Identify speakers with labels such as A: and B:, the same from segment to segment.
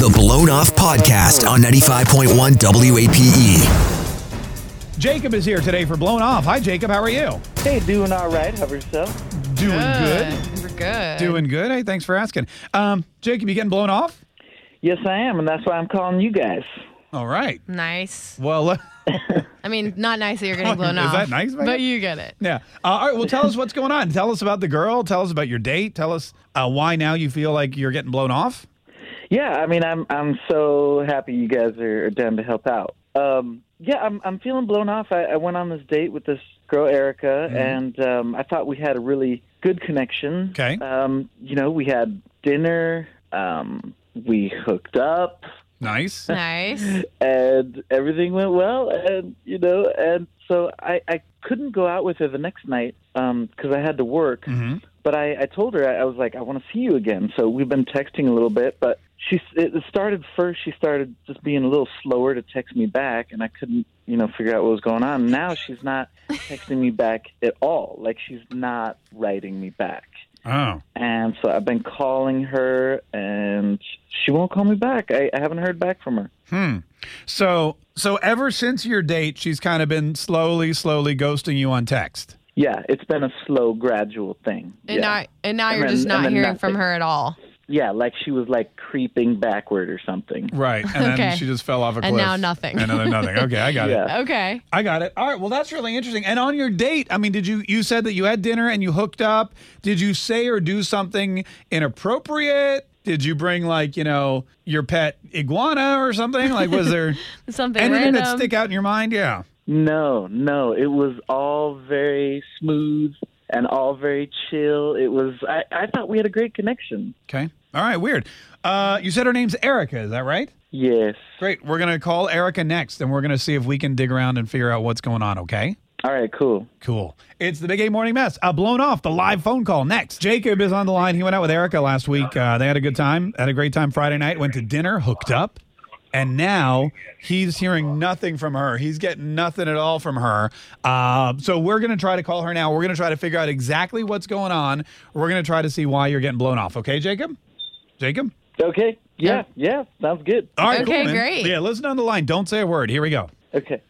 A: The Blown Off Podcast on 95.1 WAPE.
B: Jacob is here today for Blown Off. Hi, Jacob. How are you?
C: Hey, doing all right. How about yourself?
B: Doing good.
D: Uh, We're good.
B: Doing good. Hey, thanks for asking. Um, Jacob, you getting blown off?
C: Yes, I am, and that's why I'm calling you guys.
B: All right.
D: nice.
B: Well, uh,
D: I mean, not nice that you're getting blown
B: Oh, Is
D: off.
B: that nice, Megan?
D: But you get it.
B: yeah. Uh, all right. Well, tell us what's going on. Tell us about the girl. Tell us about your date. Tell us uh, why now you feel like you're getting blown off.
C: Yeah, I mean, I'm I'm so happy you guys are, are down to help out. Um, yeah, I'm I'm feeling blown off. I, I went on this date with this girl Erica, and um, I thought we had a really good connection.
B: Okay.
C: Um, you know, we had dinner. Um, we hooked up.
B: Nice.
D: Nice.
C: and everything went well and you know and so i i couldn't go out with her the next night um 'cause i had to work
B: Mhm.
C: but i i told her i, I was like i want to see you again so we've been texting a little bit but she s- it started first she started just being a little slower to text me back and i couldn't you know figure out what was going on now she's not texting me back at all like she's not writing me back
B: Oh.
C: and so i've been calling her and she won't call me back i, I haven't heard back from her
B: Hmm. So, so ever since your date, she's kind of been slowly, slowly ghosting you on text.
C: Yeah, it's been a slow, gradual thing.
D: And
C: yeah.
D: now, and now
C: And
D: you're
C: then-
D: just
C: and
D: not
C: then
D: hearing
C: nothing.
D: from her at all.
C: yeah, like she was like creeping backward or something.
B: Right. And then
D: Okay.
B: she just fell off a cliff.
D: And now nothing.
B: And now nothing. Okay, I got it.
C: Yeah.
D: Okay.
B: I got it. All right. Well, that's really interesting. And on your date, I mean, did you you said that you had dinner and you hooked up? Did you say or do something inappropriate? Did you bring like you know your pet iguana or something? Like, was there
D: Something
B: anything that
D: random.
B: stick out in your mind? Yeah.
C: No, no, it was all very smooth and all very chill. It was. I, I thought we had a great connection.
B: Okay. All right. Weird. Uh, you said her name's Erica. Is that right?
C: Yes.
B: Great. We're gonna call Erica next, and we're gonna see if we can dig around and figure out what's going on. Okay.
C: All right. Cool.
B: Cool. It's the Big A Morning Mess. Uh, blown off the live phone call next. Jacob is on the line. He went out with Erica last week. Uh, they had a good time. Had a great time Friday night. Went to dinner, hooked up, and now he's hearing nothing from her. He's getting nothing at all from her. Uh, so we're gonna try to call her now. We're gonna try to figure out exactly what's going on. We're gonna try to see why you're getting blown off. Okay, Jacob. Jacob.
C: Okay. Yeah. Yeah. Sounds good.
B: All right.
D: Okay,
B: cool, man.
D: great.
B: Yeah. Listen on the line. Don't say a word. Here we go.
C: Okay.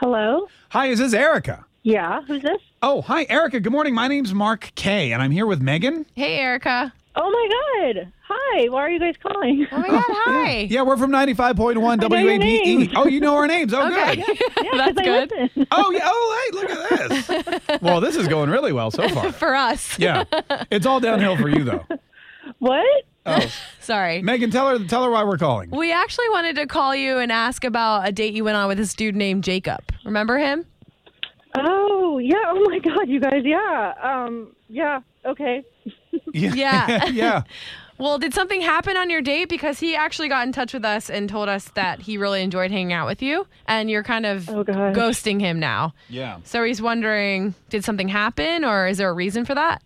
E: Hello?
B: Hi, is this Erica?
E: Yeah, who's this?
B: Oh, hi, Erica. Good morning. My name's Mark Kay, and I'm here with Megan.
D: hey, Erica.
E: Oh my god. Hi, why are you guys calling?
D: Oh my God. Hi.
B: Yeah, we're from 95.1
E: know
B: WAPE.
E: your names.
B: Oh, you know our names. Oh,
D: Okay.
B: good.
E: Yeah, 'cause
D: That's
E: I
D: good.
E: listen.
B: Oh, yeah. Oh, hey, look at this. Well, this is going really well so far.
D: For us.
B: Yeah. It's all downhill for you, though.
E: What?
B: Oh,
D: Sorry.
B: Megan, tell her, tell her why we're calling.
D: we actually wanted to call you and ask about a date you went on with this dude named Jacob. Remember him?
E: Oh, yeah. Oh my god, you guys. Yeah. Um yeah, okay.
D: Yeah.
B: yeah.
D: Well, did something happen on your date? Because he actually got in touch with us and told us that he really enjoyed hanging out with you, and you're kind of
E: Oh, gosh.
D: ghosting him now.
B: Yeah.
D: So he's wondering, did something happen, or is there a reason for that?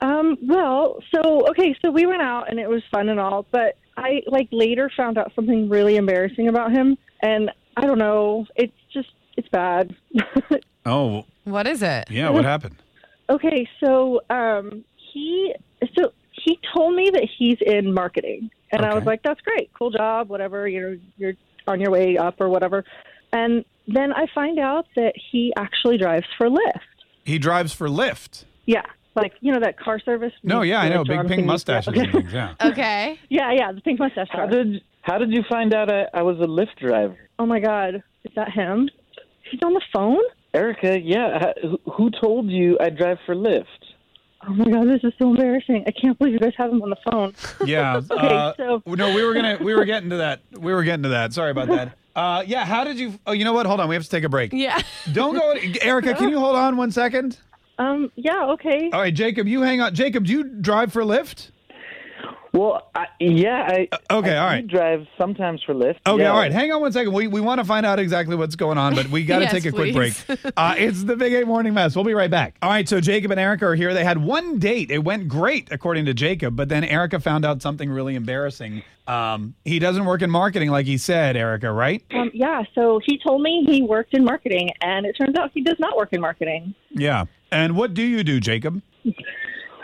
E: Um well, so okay, so we went out and it was fun and all, but I like later found out something really embarrassing about him and I don't know. It's just it's bad.
B: Oh,
D: What is it?
B: yeah. What happened?
E: okay, so um he so he told me that he's in marketing. And I was
B: Okay.
E: like, that's great. Cool job, whatever. You're you're on your way up or whatever. And then I find out that he actually drives for Lyft.
B: He drives for Lyft.
E: Yeah. Like, you know that car service?
B: No, yeah, I know.
E: Like,
B: Big
E: John
B: pink
E: Cena.
B: mustaches
E: Yeah,
B: and
E: okay.
B: things. Yeah.
D: Okay.
E: yeah, yeah, the pink mustache.
C: How
E: car.
C: did How did you find out I, I was a Lyft driver,
E: Oh my god. Is that him? He's on the phone?
C: Erica? Yeah. h- Who, who told you I drive for Lyft?
E: Oh my god, this is so embarrassing. I can't believe you guys have him on the phone.
B: Yeah. uh,
E: so-
B: no, we were gonna we were getting to that. We were getting to that. Sorry about that. Uh, yeah. How did you? Oh, you know what? Hold on. We have to take a break.
D: Yeah.
B: Don't go, Erica. Can you hold on one second?
E: Um, yeah, okay.
B: All right, Jacob. You hang on. Jacob, do you drive for Lyft?
C: Well, I, yeah, I
B: okay,
C: I
B: all
C: do
B: right.
C: drive sometimes for Lyft.
B: Okay,
C: yeah.
B: all right. Hang on one second. We, we want to find out exactly what's going on, but we got to
D: Yes,
B: take a quick
D: please.
B: break. Uh, it's the Big Eight Morning Mess. We'll be right back. All right, so Jacob and Erica are here. They had one date. It went great, according to Jacob, but then Erica found out something really embarrassing. Um, he doesn't work in marketing, like he said, Erica, right?
E: Um, yeah, so he told me he worked in marketing, and it turns out he does not work in marketing.
B: Yeah. And what do you do, Jacob?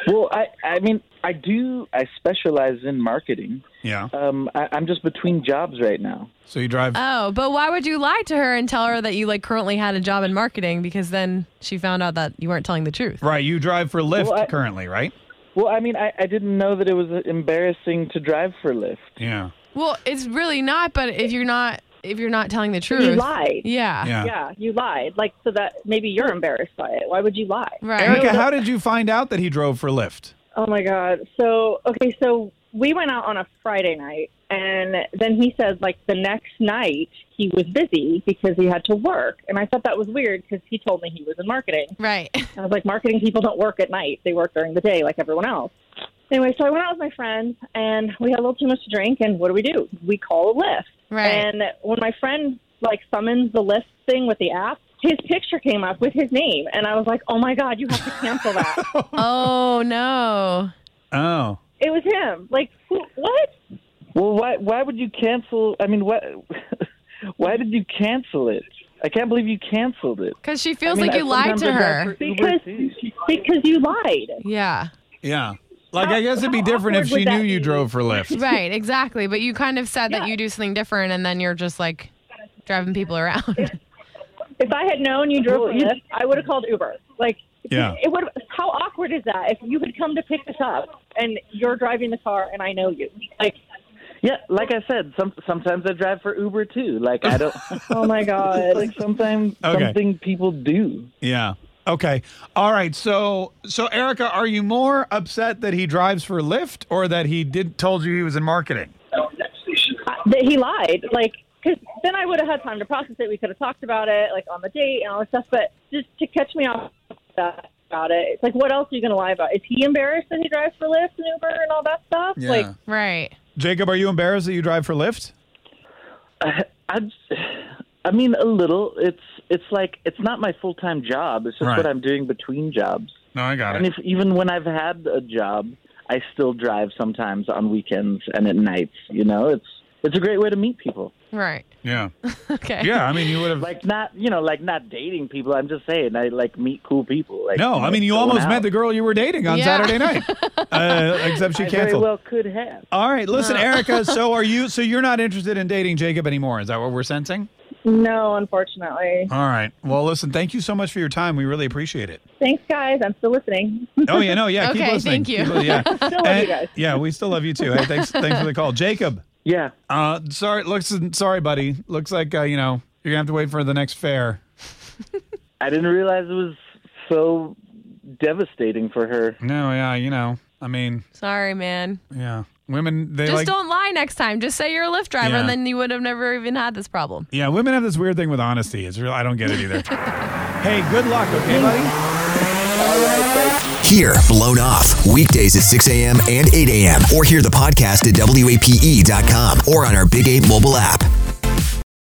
C: Well, I I mean, I do. I specialize in marketing.
B: Yeah.
C: Um, I, I'm just between jobs right now.
B: So you drive.
D: Oh, but why would you lie to her and tell her that you like currently had a job in marketing because then she found out that you weren't telling the truth?
B: Right, you drive for Lyft
C: Well, I-
B: currently, right?
C: Well, I mean, I, I didn't know that it was embarrassing to drive for Lyft.
B: Yeah.
D: Well, it's really not, but if you're not if you're not telling the truth.
E: You
D: Mm.
E: lied.
D: Yeah.
B: Yeah.
E: Yeah, you lied. Like, so that maybe you're embarrassed by it. Why would you lie?
D: Right.
B: Erica, how did you find out that he drove for Lyft?
E: Oh my god. So okay, so we went out on a Friday night and then he said like the next night he was busy because he had to work. And I thought that was weird because he told me he was in marketing.
D: Right.
E: I was like, marketing people don't work at night. They work during the day like everyone else. Anyway, so I went out with my friend and we had a little too much to drink and what do we do? We call a lift.
D: Right.
E: And when my friend like summons the lift thing with the app, his picture came up with his name and I was like, Oh my god, you have to cancel that.
D: Oh no.
B: Oh.
E: it was him. Like who, what?
C: Well, why why would you cancel? I mean, why why did you cancel it? I can't believe you canceled it.
D: Cuz she feels
C: I mean,
D: like you
C: I
D: lied
C: sometimes
D: to
C: I drive
D: her.
C: for Uber
E: Because
C: too.
E: because you lied.
D: Yeah.
B: Yeah. Like,
E: How-
B: I guess it'd be
E: how
B: different if
E: awkward would
B: she
E: that
B: knew you
E: be?
B: drove for Lyft.
D: Right, exactly. But you kind of said
E: Yeah.
D: that you do something different and then you're just like driving people around.
E: If I had known you drove
C: Well, you-
E: Lyft, I would have called Uber. Like
B: Yeah.
E: it would how awkward is that if you had come to pick us up and you're driving the car and I know you. Like
C: Yeah, like I said, some, sometimes I drive for Uber too. Like I don't.
E: oh my god.
C: like sometimes
B: Okay.
C: something people do.
B: Yeah. Okay. All right. So, so Erica, are you more upset that he drives for Lyft or that he did told you he was in marketing?
E: that he lied. Like, because then I would have had time to process it. We could have talked about it, like on the date and all this stuff. But just to catch me off that- about it, it's like, what else are you going to lie about? Is he embarrassed that he drives for Lyft and Uber and all that stuff? Like,
D: right.
B: Jacob, are you embarrassed that you drive for Lyft?
C: I, I, I mean, a little. It's it's like it's not my full time job. It's just
B: Right.
C: what I'm doing between jobs.
B: No, I got
C: And if even when I've had a job, I still drive sometimes on weekends and at nights. You know, it's it's a great way to meet people.
D: Right.
B: Yeah.
D: Okay.
B: Yeah. I mean, you would have.
C: Like not you know like not dating people. I'm just saying I like meet cool people. Like
B: no, I mean, you
C: going
B: almost
C: out.
B: met the girl you were dating on
D: Yeah.
B: Saturday night, uh, except she
C: I very
B: canceled.
C: well could have.
B: All right, listen, Erica. So are you? So you're not interested in dating Jacob anymore? Is that what we're sensing?
E: no, unfortunately.
B: All right. Well, listen. Thank you so much for your time. We really appreciate it.
E: Thanks, guys. I'm still listening.
B: Oh yeah, no, yeah. keep
D: Okay,
B: listening.
D: thank you.
B: Keep li- yeah,
E: love you
B: And-
E: guys.
B: Yeah, we still love you too. Hey, thanks, thanks for the call, Jacob.
C: Yeah.
B: Uh, sorry, looks sorry, buddy. Looks like uh, you know you're gonna have to wait for the next fair.
C: I didn't realize it was so devastating for her.
B: No, yeah, you know. I mean,
D: Sorry, man.
B: yeah, women they
D: Just
B: like
D: don't lie next time. Just say you're a Lyft driver,
B: Yeah.
D: and then you would have never even had this problem.
B: yeah, women have this weird thing with honesty. It's real. I don't get it either. hey, good luck, okay, buddy.
A: Here, Blown Off, weekdays at 6 E a.m. and 8 a.m. Or hear the podcast at WAPE.com or on our Big 8 mobile app.